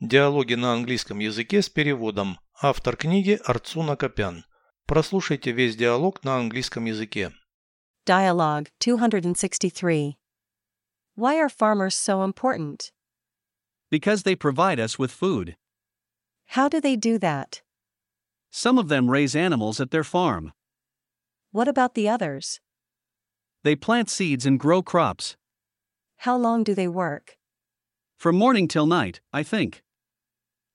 Диалоги на английском языке с переводом. Автор книги Арцуна Копян. Прослушайте весь диалог на английском языке. Dialogue 263. Why are farmers so important? Because they provide us with food. How do they do that? Some of them raise animals at their farm. What about the others? They plant seeds and grow crops. How long do they work? From morning till night, I think.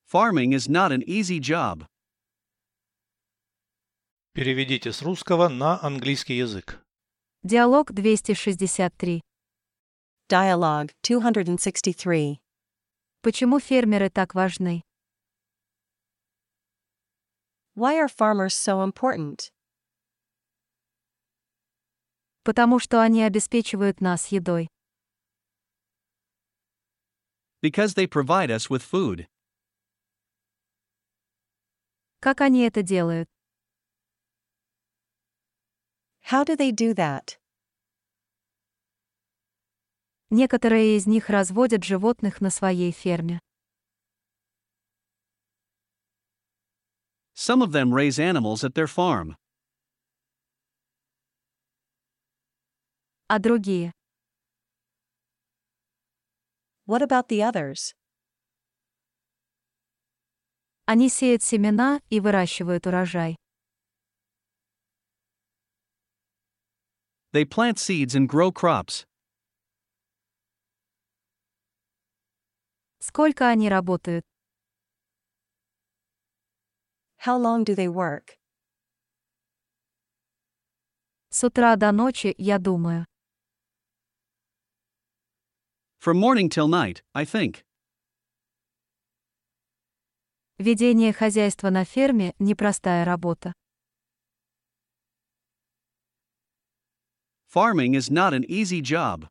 Farming is not an easy job. Переведите с русского на английский язык. Диалог 263. Dialogue 263. Почему фермеры так важны? Why are farmers so important? Потому что они обеспечивают нас едой. Because they provide us with food. Как они это делают? How do they do that? Некоторые из них разводят животных на своей ферме. Some of them raise animals at their farm. А другие? What about the others? Они сеют семена и выращивают урожай. They plant seeds and grow crops. Сколько они работают? How long do they work? С утра до ночи, я думаю. From morning till night, I think. Ведение хозяйства на ферме – непростая работа. Farming is not an easy job.